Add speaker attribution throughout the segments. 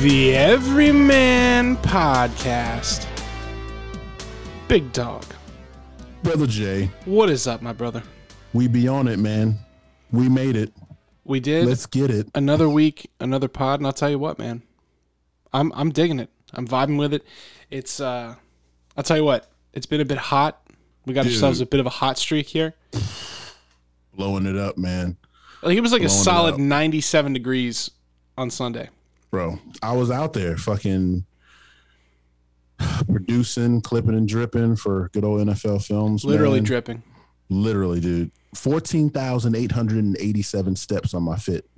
Speaker 1: The Everyman Podcast. Big dog.
Speaker 2: Brother Jay,
Speaker 1: What is up, my brother?
Speaker 2: we be on it, man. We made it.
Speaker 1: We did
Speaker 2: Let's get it.
Speaker 1: another week, another pod, and I'll tell you what, man. I'm I'm digging it. I'm vibing with it. It's uh I'll tell you what, it's been a bit hot. We got ourselves a bit of a hot streak here.
Speaker 2: Blowing it up, man.
Speaker 1: Like it was like a
Speaker 2: Blowing it
Speaker 1: solid
Speaker 2: up.
Speaker 1: 97 degrees on Sunday.
Speaker 2: Bro, I was out there fucking producing, clipping and dripping for good old NFL films.
Speaker 1: Literally
Speaker 2: man.
Speaker 1: dripping.
Speaker 2: Literally, dude. 14,887 steps on my fit.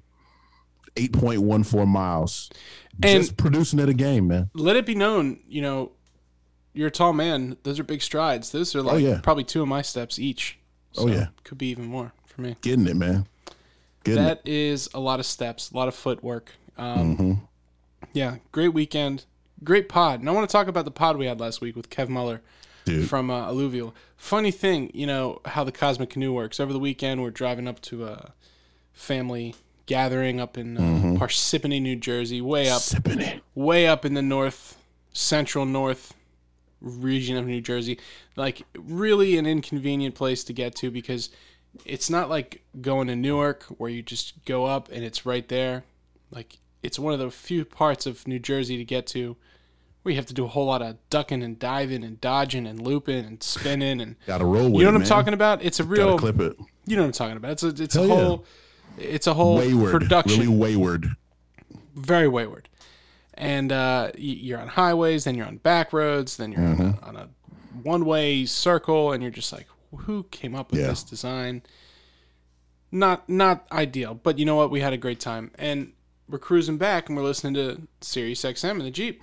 Speaker 2: 8.14 miles.
Speaker 1: And-
Speaker 2: Just producing at a game, man.
Speaker 1: let it be known, you know, you're a tall man. Those are big strides. Those are like
Speaker 2: Oh, yeah.
Speaker 1: probably two of my steps each. So
Speaker 2: Oh, yeah.
Speaker 1: could be even more for me.
Speaker 2: Getting it, man. Getting it. Mm-hmm.
Speaker 1: That is a lot of steps, a lot of footwork.
Speaker 2: Mm.
Speaker 1: Um, Yeah, great weekend, great pod, and I want to talk about the pod we had last week with Kev Muller
Speaker 2: Dude.
Speaker 1: from uh, Alluvial. Funny thing, you know how the Cosmic Canoe works. Over the weekend, we're driving up to a family gathering up in uh,
Speaker 2: Mm-hmm.
Speaker 1: Parsippany, New Jersey, way up
Speaker 2: Sipping it.
Speaker 1: way up in the north central north region of New Jersey. Like really an inconvenient place to get to because it's not like going to Newark where you just go up and it's right there. Like it's one of the few parts of New Jersey to get to where you have to do a whole lot of ducking and diving and dodging and looping and spinning and
Speaker 2: Gotta roll with
Speaker 1: you
Speaker 2: it.
Speaker 1: know what I'm
Speaker 2: man.
Speaker 1: talking about? It's a
Speaker 2: Gotta
Speaker 1: real
Speaker 2: clip it.
Speaker 1: you know what I'm talking about. It's a it's
Speaker 2: Hell
Speaker 1: a
Speaker 2: yeah.
Speaker 1: whole it's a whole
Speaker 2: Wayward.
Speaker 1: production
Speaker 2: Really wayward.
Speaker 1: very wayward. And uh, y- you're on highways, then you're on back roads, then you're on a, on a one way circle, and you're just like, who came up with
Speaker 2: Yeah.
Speaker 1: this design? Not not ideal, but you know what? We had a great time, and we're cruising back, and we're listening to Sirius XM in the Jeep,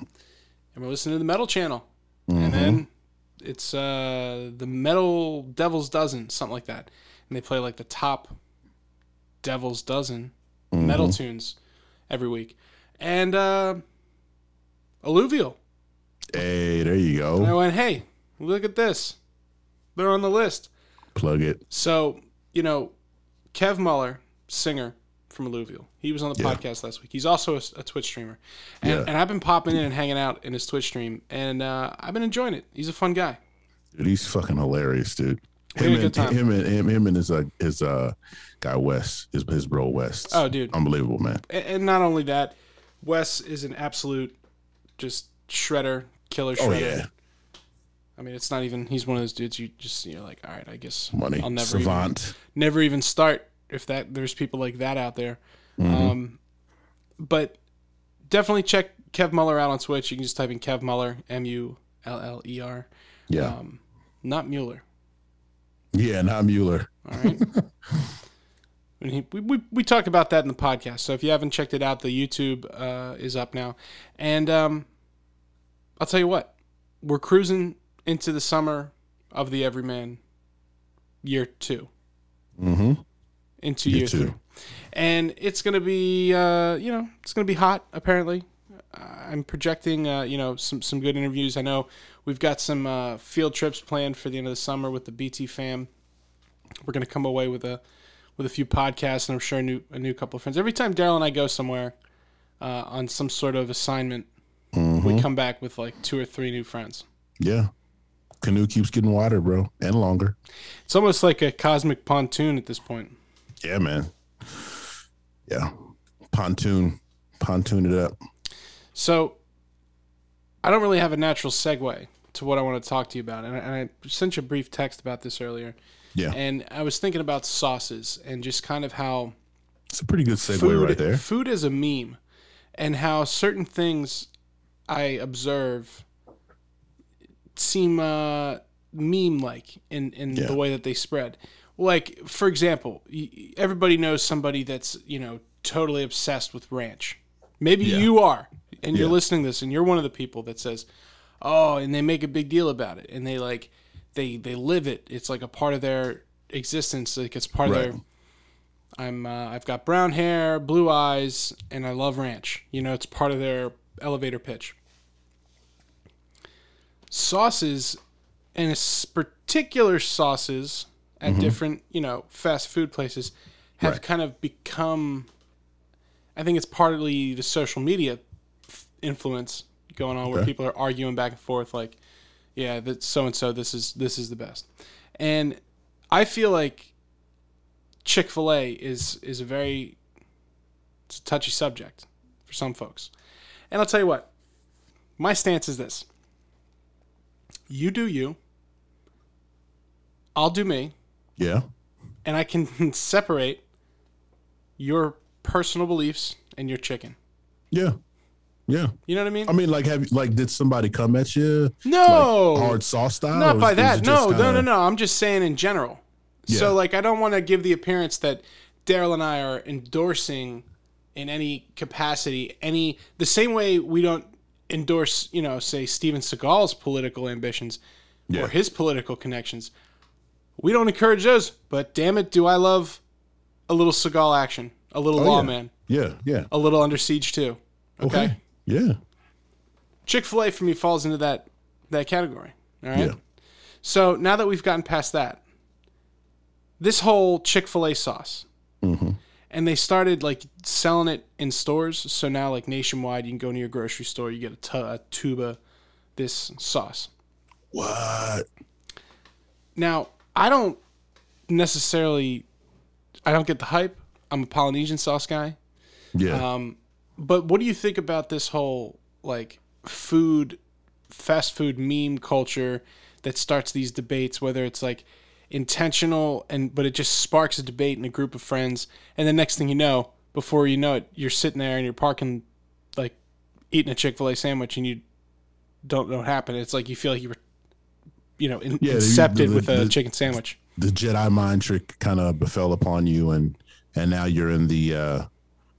Speaker 1: and we're listening to the Metal Channel, and
Speaker 2: Mm-hmm.
Speaker 1: then it's uh, the Metal Devil's Dozen, something like that, and they play like the top Devil's Dozen
Speaker 2: Mm-hmm.
Speaker 1: metal tunes every week. And uh, Alluvial.
Speaker 2: Hey, there you go.
Speaker 1: And I went, hey, look at this. They're on the list.
Speaker 2: Plug it.
Speaker 1: So, you know, Kev Muller, singer from Alluvial, he was on the podcast last week. He's also a, s- a Twitch streamer. And,
Speaker 2: Yeah.
Speaker 1: and I've been popping in and hanging out in his Twitch stream, and uh, I've been enjoying it. He's a fun guy.
Speaker 2: Dude, he's fucking hilarious, dude.
Speaker 1: had a
Speaker 2: Him
Speaker 1: good
Speaker 2: and,
Speaker 1: time.
Speaker 2: him and him him and his uh, his uh guy Wes, his his bro West.
Speaker 1: Oh, dude.
Speaker 2: Unbelievable, man.
Speaker 1: And, and not only that, Wes is an absolute just shredder, killer shredder.
Speaker 2: Oh yeah.
Speaker 1: I mean, it's not even, he's one of those dudes you just, you're like, all right, I guess
Speaker 2: Money.
Speaker 1: I'll never even Oh,
Speaker 2: Savant.
Speaker 1: never even start if that there's people like that out there.
Speaker 2: Mm-hmm.
Speaker 1: Um, but definitely check Kev Muller out on Twitch. You can just type in Kev Muller, M U L L E R, Um,
Speaker 2: Yeah.
Speaker 1: not Mueller.
Speaker 2: yeah, not Mueller.
Speaker 1: All right. And he, we, we, we talk about that in the podcast. So if you haven't checked it out, the YouTube uh, is up now. And um, I'll tell you what, we're cruising into the summer of the Everyman year two.
Speaker 2: Mm-hmm.
Speaker 1: into year,
Speaker 2: Year
Speaker 1: three.
Speaker 2: two.
Speaker 1: And it's going to be, uh, you know, it's going to be hot, apparently. Uh, I'm projecting, uh, you know, some, some good interviews. I know we've got some uh, field trips planned for the end of the summer with the BT fam. We're going to come away with a with a few podcasts, and I'm sure a new, a new couple of friends. Every time Daryl and I go somewhere uh, on some sort of assignment, we come back with like two or three new friends.
Speaker 2: Yeah. Canoe keeps getting wider, bro, and longer.
Speaker 1: It's almost like a cosmic pontoon at this point.
Speaker 2: Yeah, man. Yeah. Pontoon. Pontoon it up.
Speaker 1: So, I don't really have a natural segue to what I want to talk to you about, and I, and I sent you a brief text about this earlier.
Speaker 2: Yeah.
Speaker 1: And I was thinking about sauces and just kind of how
Speaker 2: It's a pretty good segue
Speaker 1: food
Speaker 2: right there.
Speaker 1: food is a meme, and how certain things I observe seem uh, meme like in in
Speaker 2: Yeah.
Speaker 1: the way that they spread. Like for example, y- y- everybody knows somebody that's you know totally obsessed with ranch. Maybe
Speaker 2: Yeah.
Speaker 1: you are, and you're
Speaker 2: Yeah.
Speaker 1: listening to this, and you're one of the people that says, "Oh," and they make a big deal about it, and they like they they live it. It's like a part of their existence. Like it's part
Speaker 2: Right.
Speaker 1: of their I'm uh, I've got brown hair, blue eyes, and I love ranch. You know, it's part of their elevator pitch. Sauces, and es- particular sauces at different you know fast food places have
Speaker 2: Mm-hmm. Right.
Speaker 1: kind of become. I think it's partly the social media f- influence going on where
Speaker 2: Okay.
Speaker 1: people are arguing back and forth like, yeah, that so and so this is this is the best. And I feel like Chick fil A is is a very it's a touchy subject for some folks. And I'll tell you what, my stance is this. You do you, I'll do me,
Speaker 2: Yeah.
Speaker 1: and I can separate your personal beliefs and your chicken.
Speaker 2: Yeah. Yeah.
Speaker 1: You know what I mean?
Speaker 2: I mean, like, have you, like, did somebody come at you?
Speaker 1: no,
Speaker 2: Hard sauce style?
Speaker 1: Oh! not
Speaker 2: or
Speaker 1: by
Speaker 2: is- is it
Speaker 1: that.
Speaker 2: just
Speaker 1: No, no, no,
Speaker 2: kinda-
Speaker 1: no. I'm just saying in general.
Speaker 2: Yeah.
Speaker 1: So like, I don't want to give the appearance that Daryl and I are endorsing in any capacity any the same way we don't endorse, you know, say Steven Seagal's political ambitions
Speaker 2: Yeah.
Speaker 1: or his political connections. We don't encourage those, but damn it, do I love a little Seagal action, a little
Speaker 2: Oh, yeah. Oh,
Speaker 1: lawman,
Speaker 2: Yeah. Yeah.
Speaker 1: a little under siege too.
Speaker 2: Okay.
Speaker 1: okay.
Speaker 2: Yeah.
Speaker 1: Chick Fil A for me falls into that that category. All right.
Speaker 2: Yeah.
Speaker 1: So now that we've gotten past that, this whole Chick Fil A sauce, and they started like selling it in stores. So now like nationwide, you can go to your grocery store, you get a tu- a tube of this sauce.
Speaker 2: What?
Speaker 1: Now I don't necessarily, I don't get the hype. I'm a Polynesian sauce guy.
Speaker 2: Yeah.
Speaker 1: Um, But what do you think about this whole like food, fast food meme culture that starts these debates? Whether it's like intentional and but it just sparks a debate in a group of friends, and the next thing you know, before you know it, you're sitting there in your parking, like eating a Chick Fil A sandwich, and you don't know what happened. It's like you feel like you were, you know, in,
Speaker 2: Yeah, the-
Speaker 1: incepted
Speaker 2: the-
Speaker 1: with a
Speaker 2: the-
Speaker 1: chicken sandwich.
Speaker 2: the Jedi mind trick kind of befell upon you, and and now you're in the uh,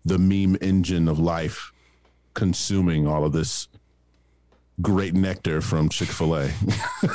Speaker 2: the meme engine of life, consuming all of this great nectar from Chick Fil A.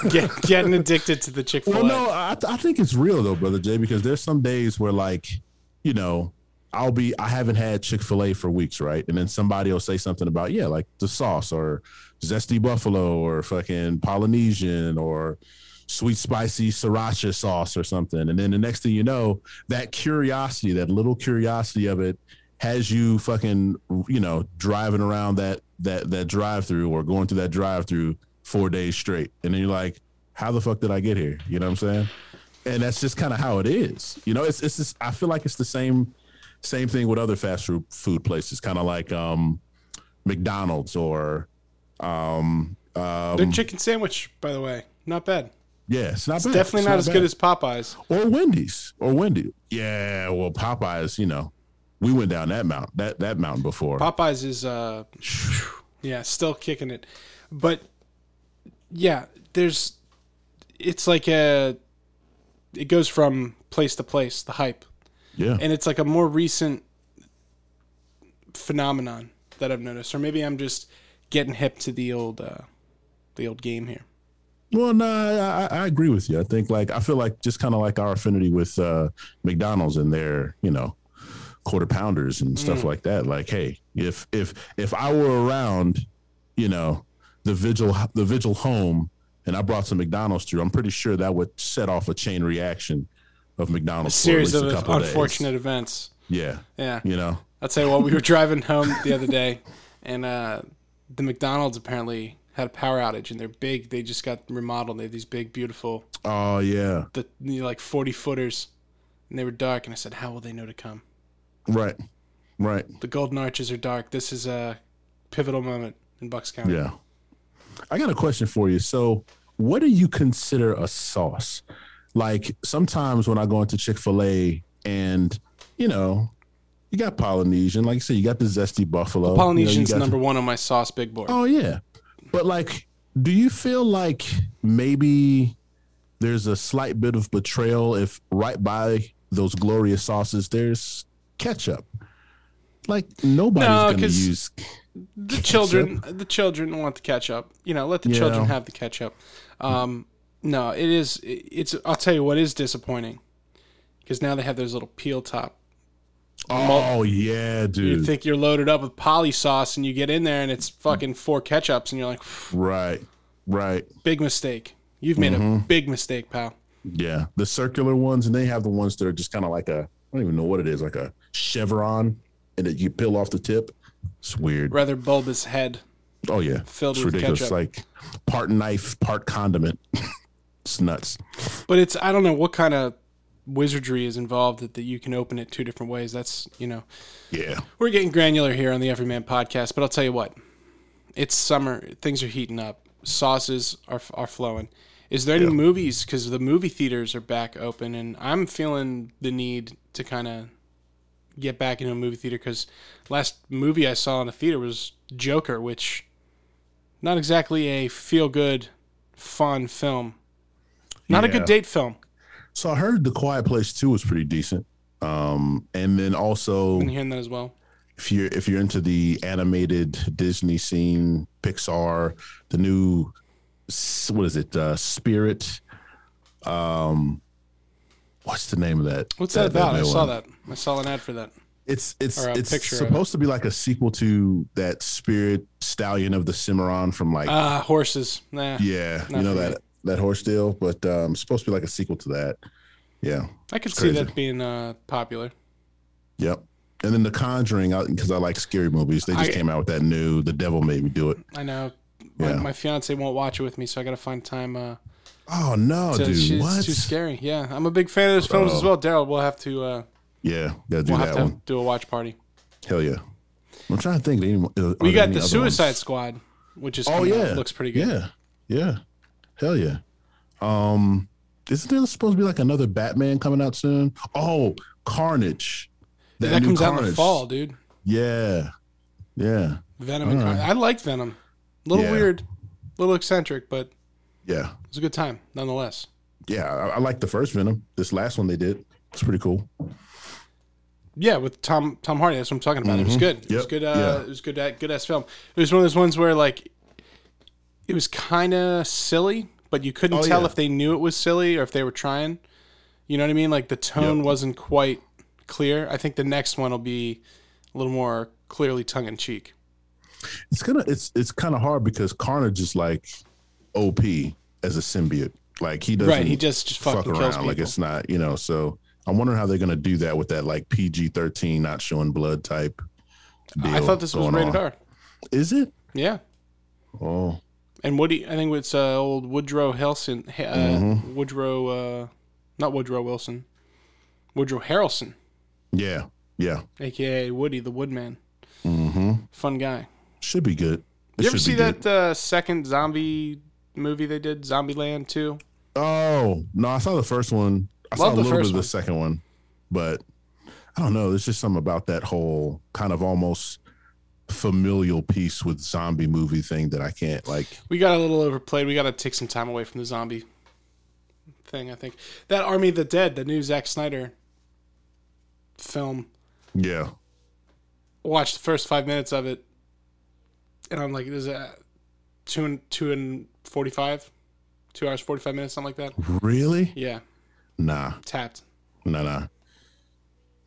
Speaker 1: Get, getting addicted to the Chick Fil A.
Speaker 2: well, no, I, I think it's real though, brother Jay, because there's some days where like you know. I'll be. I haven't had Chick Fil A for weeks, right? And then somebody will say something about yeah, like the sauce or zesty buffalo or fucking Polynesian or sweet spicy sriracha sauce or something. And then the next thing you know, that curiosity, that little curiosity of it has you fucking, you know, driving around that that that drive through or going through that drive through four days straight. And then you're like, how the fuck did I get here? You know what I'm saying? And that's just kind of how it is. You know, it's it's just, I feel like it's the same same thing with other fast food food places, kind of like um McDonald's or um uh
Speaker 1: Their chicken sandwich, by the way, not bad.
Speaker 2: yeah, it's not bad.
Speaker 1: Definitely
Speaker 2: It's
Speaker 1: not, as
Speaker 2: bad.
Speaker 1: good as Popeyes.
Speaker 2: or Wendy's or Wendy. Yeah, well, Popeyes. You know, we went down that mountain that that mountain before.
Speaker 1: Popeyes is uh yeah, still kicking it. But yeah, there's it's like a it goes from place to place, the hype.
Speaker 2: yeah,
Speaker 1: And it's like a more recent phenomenon that I've noticed. Or maybe I'm just getting hip to the old uh the old game here.
Speaker 2: Well, no, I, I- I agree with you. I think like I feel like just kind of like our affinity with uh, McDonald's and their you know quarter pounders and
Speaker 1: Mm.
Speaker 2: stuff like that. Like, hey, if if if I were around, you know, the vigil the vigil home, and I brought some McDonald's through, I'm pretty sure that would set off a chain reaction of McDonald's. for at
Speaker 1: Series
Speaker 2: least
Speaker 1: of
Speaker 2: a couple days.
Speaker 1: unfortunate events.
Speaker 2: Yeah,
Speaker 1: Yeah.
Speaker 2: you know.
Speaker 1: I'll tell you what, we were driving home the other day, and uh, the McDonald's apparently had a power outage, and they're big. They just got remodeled. They have these big, beautiful,
Speaker 2: Oh yeah,
Speaker 1: the you know, like forty footers, and they were dark. And I said, "How will they know to come?
Speaker 2: right, right.
Speaker 1: The golden arches are dark. This is a pivotal moment in Bucks County."
Speaker 2: Yeah. I got a question for you. So, what do you consider a sauce? Like sometimes when I go into Chick Fil A, and you know, you got Polynesian, like you said, you got the zesty buffalo.
Speaker 1: Polynesian's
Speaker 2: you know, you got-
Speaker 1: number one on my sauce big board.
Speaker 2: Oh yeah, but like, do you feel like maybe there's a slight bit of betrayal if right by those glorious sauces there's ketchup? Like nobody's
Speaker 1: No,
Speaker 2: gonna
Speaker 1: 'cause-
Speaker 2: use
Speaker 1: the children, the children want the ketchup. You know, let the
Speaker 2: Yeah.
Speaker 1: children have the ketchup. Um, no, it is. it- It's. I'll tell you what is disappointing, because now they have those little peel top
Speaker 2: Oh yeah,
Speaker 1: You
Speaker 2: dude.
Speaker 1: think you're loaded up with poly sauce, and you get in there, and it's fucking four ketchups, and you're like, "Phew,
Speaker 2: right, right.
Speaker 1: big mistake. You've made
Speaker 2: Mm-hmm.
Speaker 1: a big mistake, pal.
Speaker 2: Yeah, the circular ones, and they have the ones that are just kind of like a I don't even know what it is, like a chevron, and that you peel off the tip. It's weird.
Speaker 1: Rather bulbous head.
Speaker 2: Oh yeah,
Speaker 1: Filled
Speaker 2: it's
Speaker 1: with
Speaker 2: ridiculous.
Speaker 1: ketchup.
Speaker 2: Like part knife, part condiment. it's nuts.
Speaker 1: But it's I don't know what kind of wizardry is involved that, that you can open it two different ways. That's you know
Speaker 2: Yeah,
Speaker 1: we're getting granular here on the Everyman podcast, but I'll tell you what, it's summer. Things are heating up. Sauces are are flowing. Is there any movies? Because the movie theaters are back open, and I'm feeling the need to kind of get back into a movie theater. Because last movie I saw in a theater was Joker, which not exactly a feel good, fun film. Not a
Speaker 2: Yeah.
Speaker 1: good date film.
Speaker 2: So I heard The Quiet Place Two was pretty decent. Um, and then also
Speaker 1: Been hearing that as well.
Speaker 2: if you're if you're into the animated Disney scene, Pixar, the new s- what is it, uh, Spirit? Um, what's the name of that?
Speaker 1: What's that, about? I
Speaker 2: new
Speaker 1: saw
Speaker 2: one?
Speaker 1: that. I saw an ad for that.
Speaker 2: It's it's
Speaker 1: Or a
Speaker 2: it's
Speaker 1: picture of it.
Speaker 2: supposed to be like a sequel to that Spirit Stallion of the Cimarron from like
Speaker 1: Ah, horses. Nah.
Speaker 2: yeah, you
Speaker 1: not
Speaker 2: know
Speaker 1: for me.
Speaker 2: that that horse deal, but um, it's supposed to be like a sequel to that. Yeah.
Speaker 1: I could
Speaker 2: It's
Speaker 1: see
Speaker 2: crazy.
Speaker 1: that being uh, popular.
Speaker 2: Yep. And then The Conjuring, because I, like scary movies. They just
Speaker 1: I-
Speaker 2: came out with that new The Devil Made Me Do It.
Speaker 1: I know. My,
Speaker 2: Yeah.
Speaker 1: my fiance won't watch it with me, so I got to find time. Uh,
Speaker 2: Oh no,
Speaker 1: to,
Speaker 2: dude!
Speaker 1: she's
Speaker 2: What?
Speaker 1: too scary. Yeah, I'm a big fan of those films as
Speaker 2: Bro.
Speaker 1: well, Daryl. We'll have to uh,
Speaker 2: Yeah, gotta do
Speaker 1: we'll have
Speaker 2: that
Speaker 1: to
Speaker 2: one.
Speaker 1: do a watch party.
Speaker 2: Hell yeah! I'm trying to think. Of any, uh,
Speaker 1: We
Speaker 2: are there
Speaker 1: got
Speaker 2: any
Speaker 1: the
Speaker 2: other
Speaker 1: Suicide
Speaker 2: ones?
Speaker 1: Squad, which is
Speaker 2: Oh
Speaker 1: coming out.
Speaker 2: yeah,
Speaker 1: looks pretty good.
Speaker 2: Yeah, yeah, hell yeah. Um, isn't there supposed to be like another Batman coming out soon? Oh, Carnage.
Speaker 1: that,
Speaker 2: new
Speaker 1: comes out in the
Speaker 2: Carnage.
Speaker 1: fall, dude.
Speaker 2: Yeah, yeah,
Speaker 1: Venom. And
Speaker 2: All right.
Speaker 1: Carnage. I like Venom. A little
Speaker 2: Yeah.
Speaker 1: weird, a little eccentric, but
Speaker 2: yeah,
Speaker 1: it was a good time nonetheless.
Speaker 2: yeah. I, I like the first Venom. This last one they did. It's pretty cool.
Speaker 1: Yeah, with Tom Tom Hardy. That's what I'm talking about. It was
Speaker 2: Mhm.
Speaker 1: good. It was
Speaker 2: Yep.
Speaker 1: good. Uh,
Speaker 2: Yeah.
Speaker 1: It was good. Good ass film. It was one of those ones where like, it was kind of silly, but you couldn't
Speaker 2: Oh,
Speaker 1: tell
Speaker 2: yeah.
Speaker 1: if they knew it was silly or if they were trying. You know what I mean? Like the tone
Speaker 2: Yep.
Speaker 1: wasn't quite clear. I think the next one will be a little more clearly tongue in cheek.
Speaker 2: It's gonna. It's it's kind of hard because Carnage is like OP as a symbiote. Like he doesn't.
Speaker 1: Right? He just, just
Speaker 2: fuck
Speaker 1: fucking kills
Speaker 2: around.
Speaker 1: people.
Speaker 2: Like it's not, you know. So I'm wondering how they're gonna do that with that like PG thirteen not showing blood type. Deal
Speaker 1: I thought this was
Speaker 2: going
Speaker 1: rated
Speaker 2: on.
Speaker 1: R.
Speaker 2: Is it?
Speaker 1: Yeah.
Speaker 2: Oh,
Speaker 1: And Woody, I think it's uh, old Woodrow Harrelson. Uh,
Speaker 2: Mhm.
Speaker 1: Woodrow, uh, not Woodrow Wilson. Woodrow Harrelson.
Speaker 2: yeah, yeah.
Speaker 1: aka Woody the Woodman.
Speaker 2: Mm-hmm.
Speaker 1: Fun guy.
Speaker 2: Should be good. It
Speaker 1: you ever
Speaker 2: should
Speaker 1: see
Speaker 2: be
Speaker 1: that
Speaker 2: good.
Speaker 1: uh, second zombie movie they did, Zombieland Two?
Speaker 2: Oh no, I saw the first one. I saw
Speaker 1: Love
Speaker 2: a
Speaker 1: the
Speaker 2: little bit
Speaker 1: first
Speaker 2: of
Speaker 1: one.
Speaker 2: the second one, but I don't know. There's just something about that whole kind of almost familial piece with zombie movie thing that I can't like.
Speaker 1: We got a little overplayed. We got to take some time away from the zombie thing. I think that Army of the Dead, the new Zack Snyder film.
Speaker 2: Yeah,
Speaker 1: Watched the first five minutes of it, and I'm like, "Is that two and two and forty five, two hours forty five minutes, something like that?"
Speaker 2: really?
Speaker 1: Yeah,
Speaker 2: Nah,
Speaker 1: tapped.
Speaker 2: nah, nah,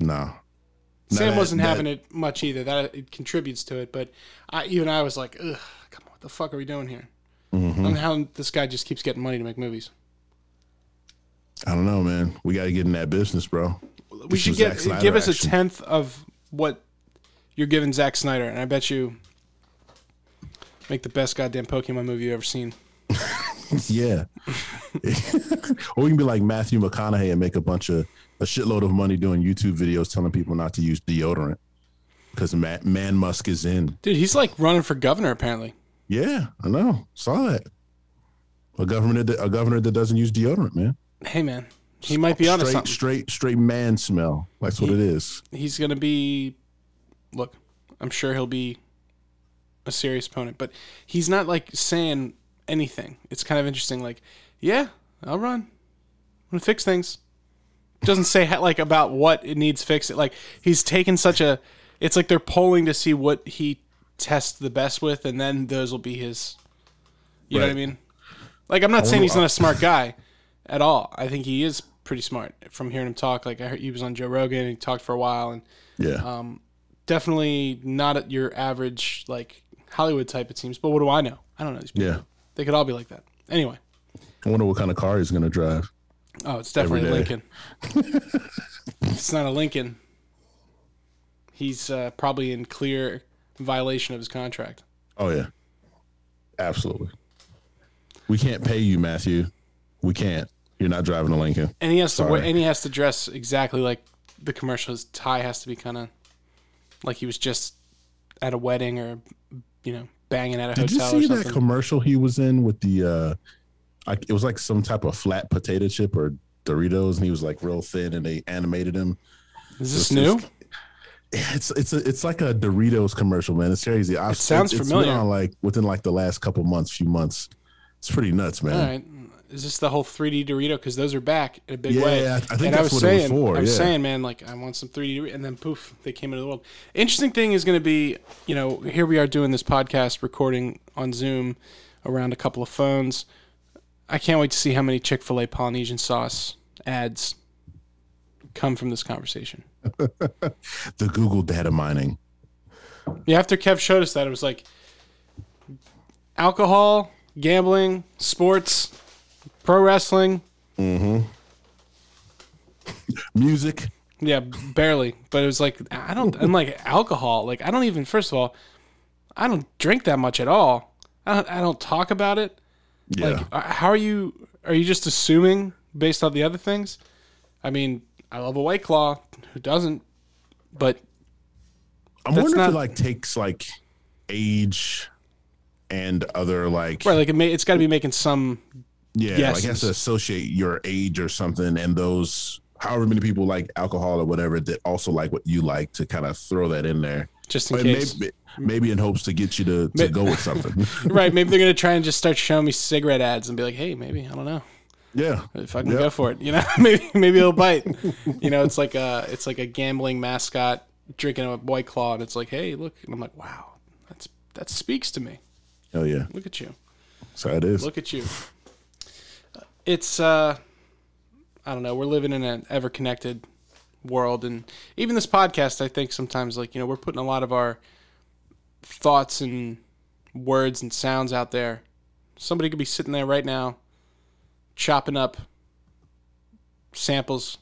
Speaker 2: nah. No,
Speaker 1: Sam
Speaker 2: that-
Speaker 1: wasn't
Speaker 2: that-
Speaker 1: having it much either. That it contributes to it, but I, even I was like, "Ugh, come on, what the fuck are we doing here?"
Speaker 2: Mhm.
Speaker 1: And how this guy just keeps getting money to make movies.
Speaker 2: I don't know, man. We got to get in that business, bro.
Speaker 1: We
Speaker 2: This
Speaker 1: should
Speaker 2: was
Speaker 1: get
Speaker 2: Zack Snyder
Speaker 1: give us a
Speaker 2: action.
Speaker 1: tenth of what you're giving Zack Snyder, and I bet you make the best goddamn Pokemon movie you've ever seen.
Speaker 2: Yeah. or we can be like Matthew McConaughey and make a bunch of a shitload of money doing YouTube videos telling people not to use deodorant because man, man Musk is in.
Speaker 1: Dude, he's like running for governor apparently.
Speaker 2: Yeah, I know. Saw that. A government, a governor that doesn't use deodorant, man.
Speaker 1: Hey man, he might be onto
Speaker 2: straight,
Speaker 1: something.
Speaker 2: straight, straight man smell. That's what it is.
Speaker 1: He's gonna be. Look, I'm sure he'll be a serious opponent, but he's not like saying anything. It's kind of interesting. Like, yeah, I'll run. I'm gonna fix things. Doesn't say ha- like about what it needs fixed. Like he's taken such a. It's like they're polling to see what he tests the best with, and then those will be his. You know what I
Speaker 2: Right.
Speaker 1: mean? Like I'm not saying
Speaker 2: wonder-
Speaker 1: he's not a smart guy at all. I think he is pretty smart from hearing him talk. Like I heard he was on Joe Rogan and he talked for a while, and
Speaker 2: Yeah.
Speaker 1: Um, definitely not at your average like Hollywood type it seems. But what do I know? I don't know these people.
Speaker 2: yeah.
Speaker 1: They could all be like that. Anyway,
Speaker 2: I wonder what kind of car he's going to drive.
Speaker 1: oh, it's definitely a
Speaker 2: Every day.
Speaker 1: Lincoln. if it's not a Lincoln, he's uh, probably in clear violation of his contract.
Speaker 2: Oh, yeah. Absolutely. We can't pay you, Matthew. We can't. You're not driving a Lincoln.
Speaker 1: And he has to
Speaker 2: Sorry.
Speaker 1: wear, and he has to dress exactly like the commercial. His tie has to be kind of like he was just at a wedding or you know banging at a
Speaker 2: Did you
Speaker 1: hotel or
Speaker 2: see
Speaker 1: something.
Speaker 2: that commercial he was in with the? uh like, It was like some type of flat potato chip or Doritos, and he was like real thin, and they animated him.
Speaker 1: Is this
Speaker 2: This is-
Speaker 1: new?
Speaker 2: It's it's a, it's like a Doritos commercial, man. It's crazy. I've,
Speaker 1: It sounds
Speaker 2: it's- it's
Speaker 1: familiar.
Speaker 2: Been on like within like the last couple months, few months. It's pretty nuts, man.
Speaker 1: All right. Is this the whole 3D Dorito? Because those are back in a big
Speaker 2: Yeah,
Speaker 1: way.
Speaker 2: yeah, I think
Speaker 1: and I
Speaker 2: that's
Speaker 1: was
Speaker 2: what
Speaker 1: saying,
Speaker 2: it was for.
Speaker 1: I was
Speaker 2: yeah.
Speaker 1: saying, man, like I want some 3D, Dorito, and then poof, they came into the world. Interesting thing is going to be, you know, here we are doing this podcast recording on Zoom around a couple of phones. I can't wait to see how many Chick Fil A Polynesian sauce ads come from this conversation.
Speaker 2: the Google data mining.
Speaker 1: Yeah, after Kev showed us that, it was like alcohol, gambling, sports, pro wrestling.
Speaker 2: Music.
Speaker 1: Yeah, barely. But it was like I don't and like alcohol. Like I don't even. First of all, I don't drink that much at all. I don't, I don't talk about it.
Speaker 2: Yeah.
Speaker 1: Like, uh, how are you? Are you just assuming based on the other things? I mean, I love a white claw. Who doesn't? But
Speaker 2: I'm wondering if
Speaker 1: not-
Speaker 2: it like takes like age and other like
Speaker 1: right, like it may, it's got to be making some.
Speaker 2: yeah, like it
Speaker 1: guesses.
Speaker 2: has to associate your age or something and those however many people like alcohol or whatever that also like what you like to kind of throw that in there.
Speaker 1: Just in
Speaker 2: But
Speaker 1: case,
Speaker 2: maybe maybe in hopes to get you to, to go with something.
Speaker 1: right? Maybe they're gonna try and just start showing me cigarette ads and be like, "Hey, maybe I don't know."
Speaker 2: yeah.
Speaker 1: if I can
Speaker 2: Yep.
Speaker 1: go for it, you know, maybe maybe it'll bite. You know, it's like a it's like a gambling mascot drinking a white claw, and it's like, hey, look, and I'm like, wow, that's that speaks to me.
Speaker 2: Hell yeah.
Speaker 1: Look at you,
Speaker 2: So it is.
Speaker 1: look at you. It's uh, I don't know. We're living in an ever connected world, and even this podcast, I think sometimes like you know we're putting a lot of our thoughts and words and sounds out there. Somebody could be sitting there right now, chopping up samples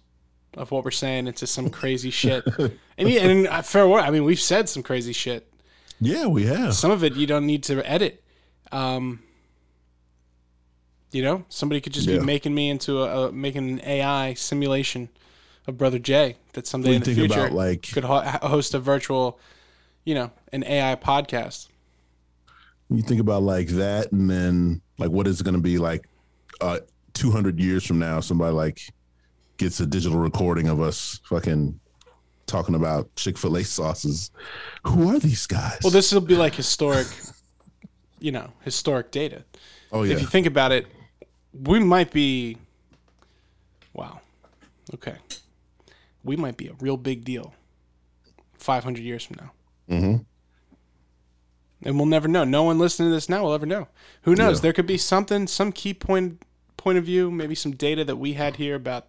Speaker 1: of what we're saying into some crazy shit. And, yeah, and uh, fair warning, I mean, we've said some crazy shit.
Speaker 2: yeah, we have.
Speaker 1: Some of it you don't need to edit. Um, you know, somebody could just
Speaker 2: Yeah.
Speaker 1: be making me into a, a making an AI simulation of Brother Jay that someday
Speaker 2: What do
Speaker 1: in
Speaker 2: you
Speaker 1: the
Speaker 2: think
Speaker 1: future
Speaker 2: about like
Speaker 1: could ho- host a virtual, you know, an AI podcast.
Speaker 2: you think about like that and then like what is it going to be like uh 200 years from now somebody like gets a digital recording of us fucking talking about chick-fil-a sauces who are these guys
Speaker 1: Well, this will be like historic, you know, historic data.
Speaker 2: oh yeah
Speaker 1: If you think about it, we might be. Wow. Okay. We might be a real big deal 500 years from now.
Speaker 2: Mhm.
Speaker 1: And we'll never know. No one listening to this now will ever know. Who knows? There could be something, some key point point of view, maybe some data that we had here about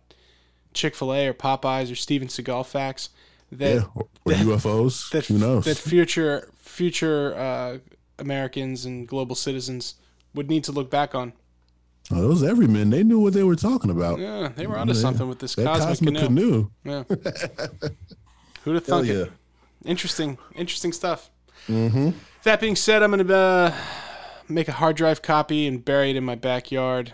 Speaker 1: Chick fil A or Popeyes or Steven Seagal facts that
Speaker 2: yeah or, or ufos
Speaker 1: that
Speaker 2: who knows
Speaker 1: that future future uh, Americans and global citizens would need to look back on.
Speaker 2: oh, those everymen they knew what they were talking about
Speaker 1: Yeah, they were onto
Speaker 2: Yeah.
Speaker 1: something with this
Speaker 2: that
Speaker 1: cosmic,
Speaker 2: cosmic,
Speaker 1: canoe.
Speaker 2: canoe,
Speaker 1: Yeah. Who'd have
Speaker 2: Hell
Speaker 1: thunk
Speaker 2: yeah Mm-hmm.
Speaker 1: it? Interesting, interesting stuff. That being said, I'm gonna uh, make a hard drive copy and bury it in my backyard,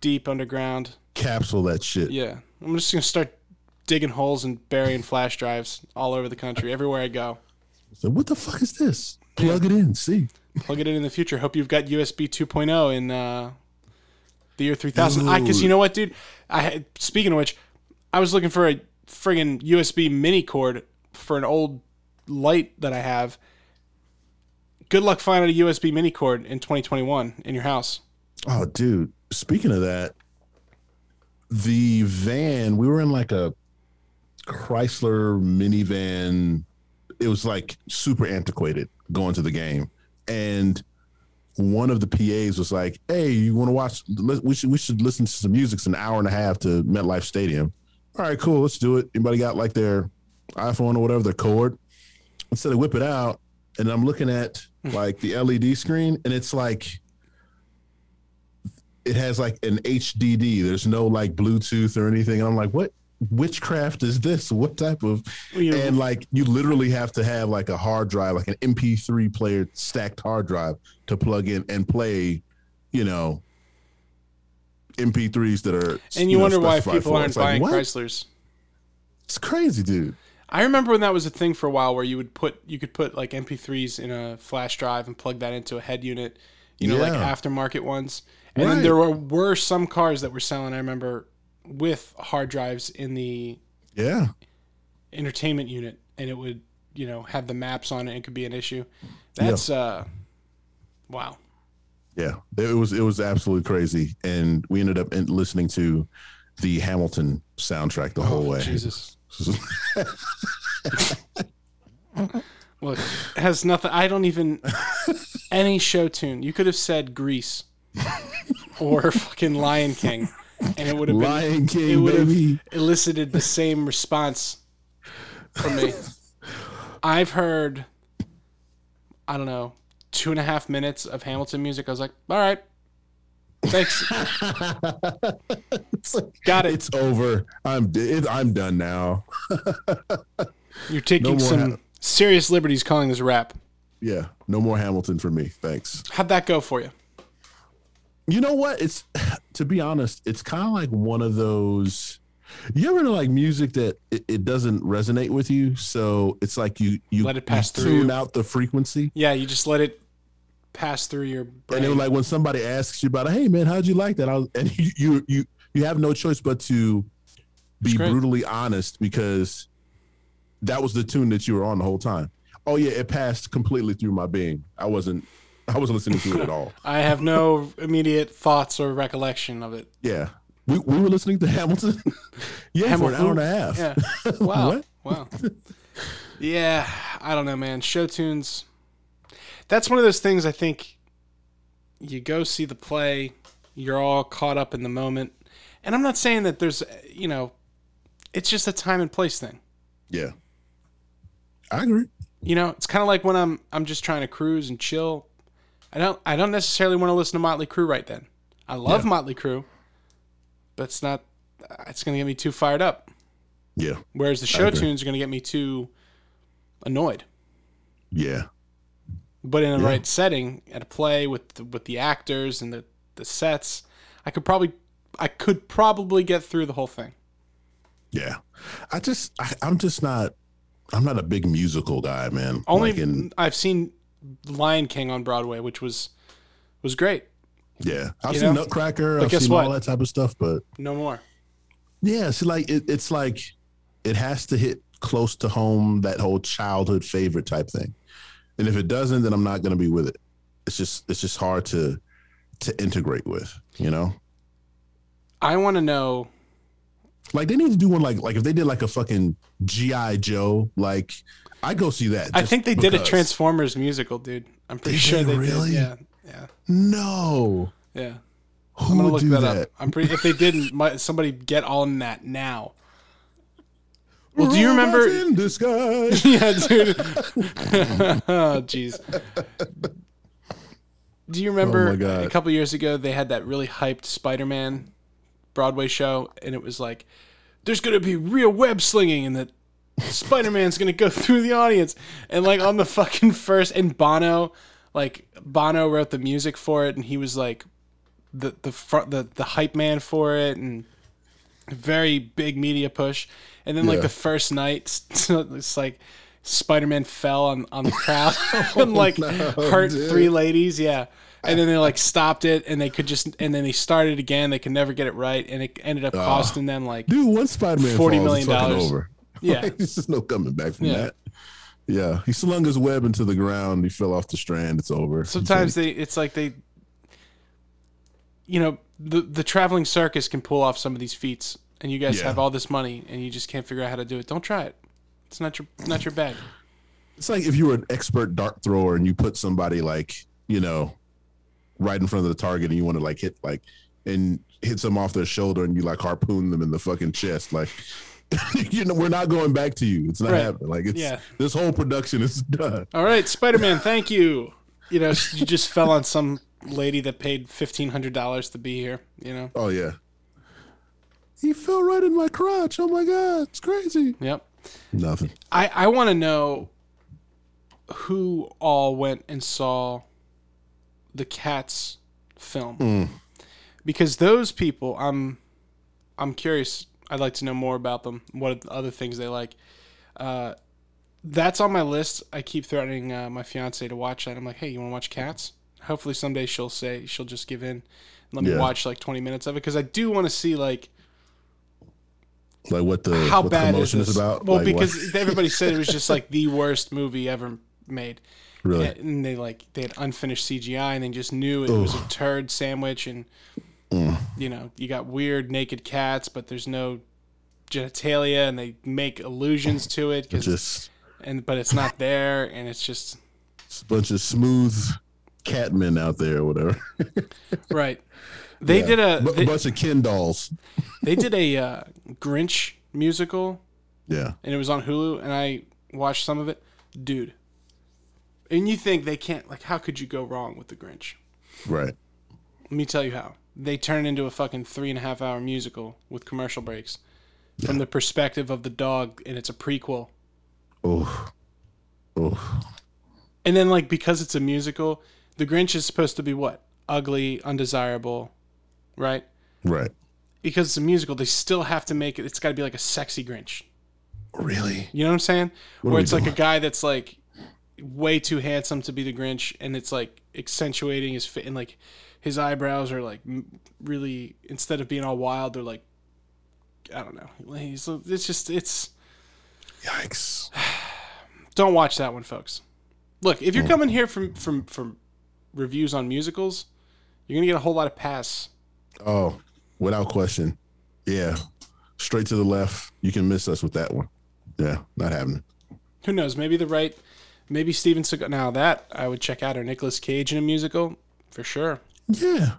Speaker 1: deep underground.
Speaker 2: capsule that shit
Speaker 1: Yeah, I'm just gonna start digging holes and burying flash drives all over the country, everywhere I go.
Speaker 2: so what the fuck is this plug it in see
Speaker 1: plug it in in the future. Hope you've got USB 2.0 in uh, the year 3000. I because you
Speaker 2: Dude.
Speaker 1: know what, dude. I had, speaking of which, I was looking for a friggin' USB mini cord for an old light that I have. Good luck finding a USB mini cord in 2021 in your house.
Speaker 2: Oh, dude. Speaking of that, the van, we were in like a Chrysler minivan. It was like super antiquated going to the game. And one of the PAs was like, Hey, you want to watch? let- We should, we should listen to some music. It's an hour and a half to MetLife Stadium. All right, cool. Let's do it. Anybody got like their iPhone or whatever, their cord? Instead of whip it out, and I'm looking at like the LED screen, and it's like, it has like an HDD. There's no like Bluetooth or anything. And I'm like, what witchcraft is this? What type of
Speaker 1: You-
Speaker 2: and like you literally have to have like a hard drive, like an MP3 player stacked hard drive to plug in and play, you know, MP3s that are
Speaker 1: and you
Speaker 2: know,
Speaker 1: wonder why
Speaker 2: specified
Speaker 1: people
Speaker 2: for it.
Speaker 1: aren't
Speaker 2: It's like,
Speaker 1: buying
Speaker 2: what?
Speaker 1: Chryslers.
Speaker 2: It's crazy, dude.
Speaker 1: I remember when that was a thing for a while, where you would put you could put like MP3s in a flash drive and plug that into a head unit, you know, like
Speaker 2: Yeah.
Speaker 1: aftermarket ones. And
Speaker 2: Right.
Speaker 1: then there were were some cars that were selling. I remember with hard drives in the
Speaker 2: Yeah.
Speaker 1: entertainment unit, and it would you know have the maps on it. and It could be an issue. That's uh, wow.
Speaker 2: Yeah, it was it was absolutely crazy, and we ended up in- listening to the Hamilton soundtrack the whole way.
Speaker 1: Oh, Jesus. Look, it has nothing. I don't even any show tune. You could have said Grease or fucking Lion King, and it would have been,
Speaker 2: Lion
Speaker 1: it
Speaker 2: King,
Speaker 1: would
Speaker 2: baby.
Speaker 1: have elicited the same response from me. I've heard, I don't know, two and a half minutes of Hamilton music. I was like, all right, thanks,
Speaker 2: It's, like,
Speaker 1: got it.
Speaker 2: it's over. I'm d- it, I'm done now.
Speaker 1: You're taking
Speaker 2: more
Speaker 1: some
Speaker 2: Ham-
Speaker 1: serious liberties calling this rap.
Speaker 2: Yeah, no more Hamilton for me. Thanks.
Speaker 1: How'd that go for you?
Speaker 2: You know what? It's to be honest, it's kind of like one of those. You ever know like music that it, it doesn't resonate with you, so it's like you you
Speaker 1: Let it pass
Speaker 2: you
Speaker 1: through.
Speaker 2: tune out the frequency.
Speaker 1: Yeah, you just let it pass through your brain.
Speaker 2: And it was like when somebody asks you about, hey man, how'd you like that? I was, and you, you you you have no choice but to be
Speaker 1: great.
Speaker 2: brutally honest because that was the tune that you were on the whole time. Oh yeah, it passed completely through my being. I wasn't I wasn't listening to it at all.
Speaker 1: I have no immediate thoughts or recollection of it.
Speaker 2: Yeah. We, we were listening to Hamilton. yeah, for an hour and a half.
Speaker 1: Yeah. Wow.
Speaker 2: What?
Speaker 1: wow. Yeah, I don't know, man. Show tunes. That's one of those things I think you go see the play, you're all caught up in the moment. And I'm not saying that there's, you know, it's just a time and place thing.
Speaker 2: Yeah. I agree.
Speaker 1: you know it's kind of like when i'm i'm just trying to cruise and chill i don't i don't necessarily want to listen to motley crue right then i love motley crue but it's not it's going to get me too fired up
Speaker 2: Yeah.
Speaker 1: whereas the show
Speaker 2: agree.
Speaker 1: tunes are going to get me too annoyed
Speaker 2: Yeah.
Speaker 1: but in the
Speaker 2: Yeah.
Speaker 1: right setting at a play with the, with the actors and the the sets i could probably i could probably get through the whole thing
Speaker 2: Yeah. I just I, I'm just not I'm not a big musical guy, man.
Speaker 1: only
Speaker 2: like in,
Speaker 1: i've seen lion king on broadway which was was great
Speaker 2: yeah. I've
Speaker 1: you
Speaker 2: seen
Speaker 1: know?
Speaker 2: Nutcracker, I've
Speaker 1: guess
Speaker 2: seen all
Speaker 1: what?
Speaker 2: that type of stuff, but
Speaker 1: no more
Speaker 2: yeah, it's like it, it's like it has to hit close to home that whole childhood favorite type thing. And if it doesn't, then I'm not going to be with it. It's just it's just hard to to integrate with, you know?
Speaker 1: i want to know
Speaker 2: Like they need to do one like like if they did like a fucking GI Joe, like I go see that.
Speaker 1: I
Speaker 2: just
Speaker 1: think they did a
Speaker 2: because.
Speaker 1: Transformers musical, dude. I'm pretty
Speaker 2: Did
Speaker 1: sure
Speaker 2: they
Speaker 1: they
Speaker 2: really?
Speaker 1: did. Yeah, yeah,
Speaker 2: No,
Speaker 1: yeah.
Speaker 2: who
Speaker 1: I'm gonna
Speaker 2: would
Speaker 1: look
Speaker 2: do
Speaker 1: that,
Speaker 2: that?
Speaker 1: up. I'm pretty. If they didn't, my, somebody get on that now. Well, do you
Speaker 2: Robots
Speaker 1: remember?
Speaker 2: in disguise?
Speaker 1: yeah, dude. oh, jeez. Do you
Speaker 2: Oh,
Speaker 1: remember
Speaker 2: my God.
Speaker 1: a couple years ago they had that really hyped Spider-Man Broadway show, and it was like, "There's gonna be real web slinging," and that Spider Man's gonna go through the audience and like on the fucking first and Bono, like Bono wrote the music for it and he was like the the front the, the hype man for it and very big media push. And then like
Speaker 2: Yeah.
Speaker 1: the first night, so it's like Spider Man fell on on the crowd and like
Speaker 2: Oh, no,
Speaker 1: hurt
Speaker 2: dude.
Speaker 1: three ladies, yeah. And then they like stopped it, and they could just, and then they started again. They could never get it right, and it ended up costing them like,
Speaker 2: Dude, once Spider
Speaker 1: $40
Speaker 2: Man falls,
Speaker 1: million
Speaker 2: it's fucking
Speaker 1: dollars.
Speaker 2: over.
Speaker 1: yeah,
Speaker 2: There's just no coming back from
Speaker 1: Yeah.
Speaker 2: that. Yeah, he slung his web into the ground. He fell off the strand. It's over.
Speaker 1: sometimes they it's like they you know the the traveling circus can pull off some of these feats and you guys
Speaker 2: Yeah.
Speaker 1: have all this money and you just can't figure out how to do it don't try it it's not your not your bag
Speaker 2: it's like if you were an expert dart thrower and you put somebody like you know right in front of the target and you want to like hit like and hit them off their shoulder and you like harpoon them in the fucking chest like you know we're not going back to you it's not
Speaker 1: Right.
Speaker 2: happening like it's
Speaker 1: Yeah.
Speaker 2: this whole production is done
Speaker 1: all right spider-man thank you you know you just fell on some lady that paid $1500 to be here you know
Speaker 2: oh yeah he fell right in my crotch. Oh my god, it's crazy.
Speaker 1: Yep.
Speaker 2: Nothing.
Speaker 1: I, I want to know who all went and saw the Cats film because those people I'm I'm curious. I'd like to know more about them. What are the other things they like? Uh, that's on my list. I keep threatening uh, my fiance to watch that. I'm like, hey, you want to watch Cats? Hopefully someday she'll say she'll just give in and let me
Speaker 2: Yeah.
Speaker 1: watch like 20 minutes of it because I do want to see like
Speaker 2: Like what the
Speaker 1: how
Speaker 2: what the
Speaker 1: bad is
Speaker 2: commotion
Speaker 1: this?
Speaker 2: is, about?
Speaker 1: Well,
Speaker 2: Like, what-
Speaker 1: because everybody said it was just like the worst movie ever made,
Speaker 2: really,
Speaker 1: and and they like they had unfinished CGI, and they just knew it was a turd sandwich, and
Speaker 2: Mm.
Speaker 1: you know you got weird naked cats, but there's no genitalia, and they make allusions to it, 'cause-
Speaker 2: just
Speaker 1: and but it's not there, and it's just
Speaker 2: it's a bunch of smooth catmen out there or whatever.
Speaker 1: right. They did a
Speaker 2: Bu-
Speaker 1: they,
Speaker 2: bunch of Ken dolls.
Speaker 1: they did a uh, Grinch musical
Speaker 2: Yeah.
Speaker 1: and it was on Hulu, and I watched some of it, dude. And you think they can't? Like, how could you go wrong with the Grinch?
Speaker 2: Right.
Speaker 1: Let me tell you how. They turn into a fucking three and a half hour musical with commercial breaks from the perspective of the dog, and it's a prequel.
Speaker 2: Oh. Oh.
Speaker 1: And then, like, because it's a musical, the Grinch is supposed to be what? Ugly, undesirable, right?
Speaker 2: Right.
Speaker 1: Because it's a musical, they still have to make it. It's got to be like a sexy Grinch.
Speaker 2: Really?
Speaker 1: You know what I'm saying?
Speaker 2: are
Speaker 1: Where
Speaker 2: we
Speaker 1: it's like a guy that's like way too handsome to be the Grinch, and it's like accentuating his fit, and like his eyebrows are like m- really instead of being all wild, they're like I don't know. He's, it's just it's
Speaker 2: Yikes.
Speaker 1: don't watch that one, folks. Look, if you're coming here from from from reviews on musicals, you're gonna get a whole lot of pass.
Speaker 2: Oh, without question. Yeah. Straight to the left. You can miss us with that one. Yeah, not happening.
Speaker 1: Who knows? Maybe the right, maybe Steven Seagal. Now that I would check out or Nicolas Cage in a musical for sure.
Speaker 2: Yeah.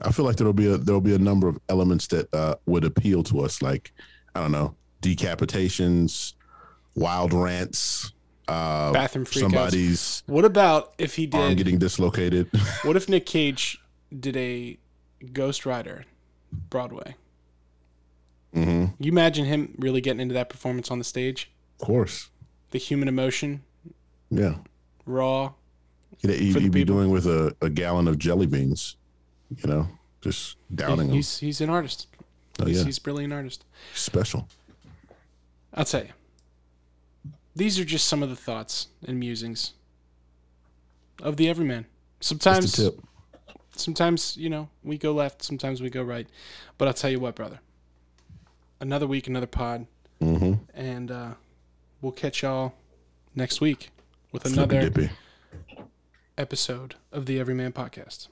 Speaker 2: I feel like there'll be a there'll be a number of elements that uh, would appeal to us, like I don't know, decapitations, wild rants, uh,
Speaker 1: Bathroom freakouts.
Speaker 2: somebody's
Speaker 1: What about if he
Speaker 2: arm
Speaker 1: did?
Speaker 2: getting dislocated.
Speaker 1: What if Nick Cage did a Ghost Rider Broadway?
Speaker 2: hmm
Speaker 1: You imagine him really getting into that performance on the stage?
Speaker 2: Of course,
Speaker 1: The human emotion,
Speaker 2: yeah.
Speaker 1: raw.
Speaker 2: He'd, he'd,
Speaker 1: For the
Speaker 2: he'd be
Speaker 1: people.
Speaker 2: doing with a, a gallon of jelly beans, you know, just downing them.
Speaker 1: He's he's an artist.
Speaker 2: Oh,
Speaker 1: He's,
Speaker 2: yeah,
Speaker 1: he's really an artist.
Speaker 2: special.
Speaker 1: I'll tell you. These are just some of the thoughts and musings of the everyman.
Speaker 2: That's
Speaker 1: Sometimes
Speaker 2: the tip.
Speaker 1: sometimes, you know, we go left, sometimes we go right. But I'll tell you what, brother. Another week, another pod.
Speaker 2: Mm-hmm.
Speaker 1: and uh, we'll catch y'all next week with
Speaker 2: Flippy
Speaker 1: another
Speaker 2: dippy.
Speaker 1: episode of the Everyman Podcast.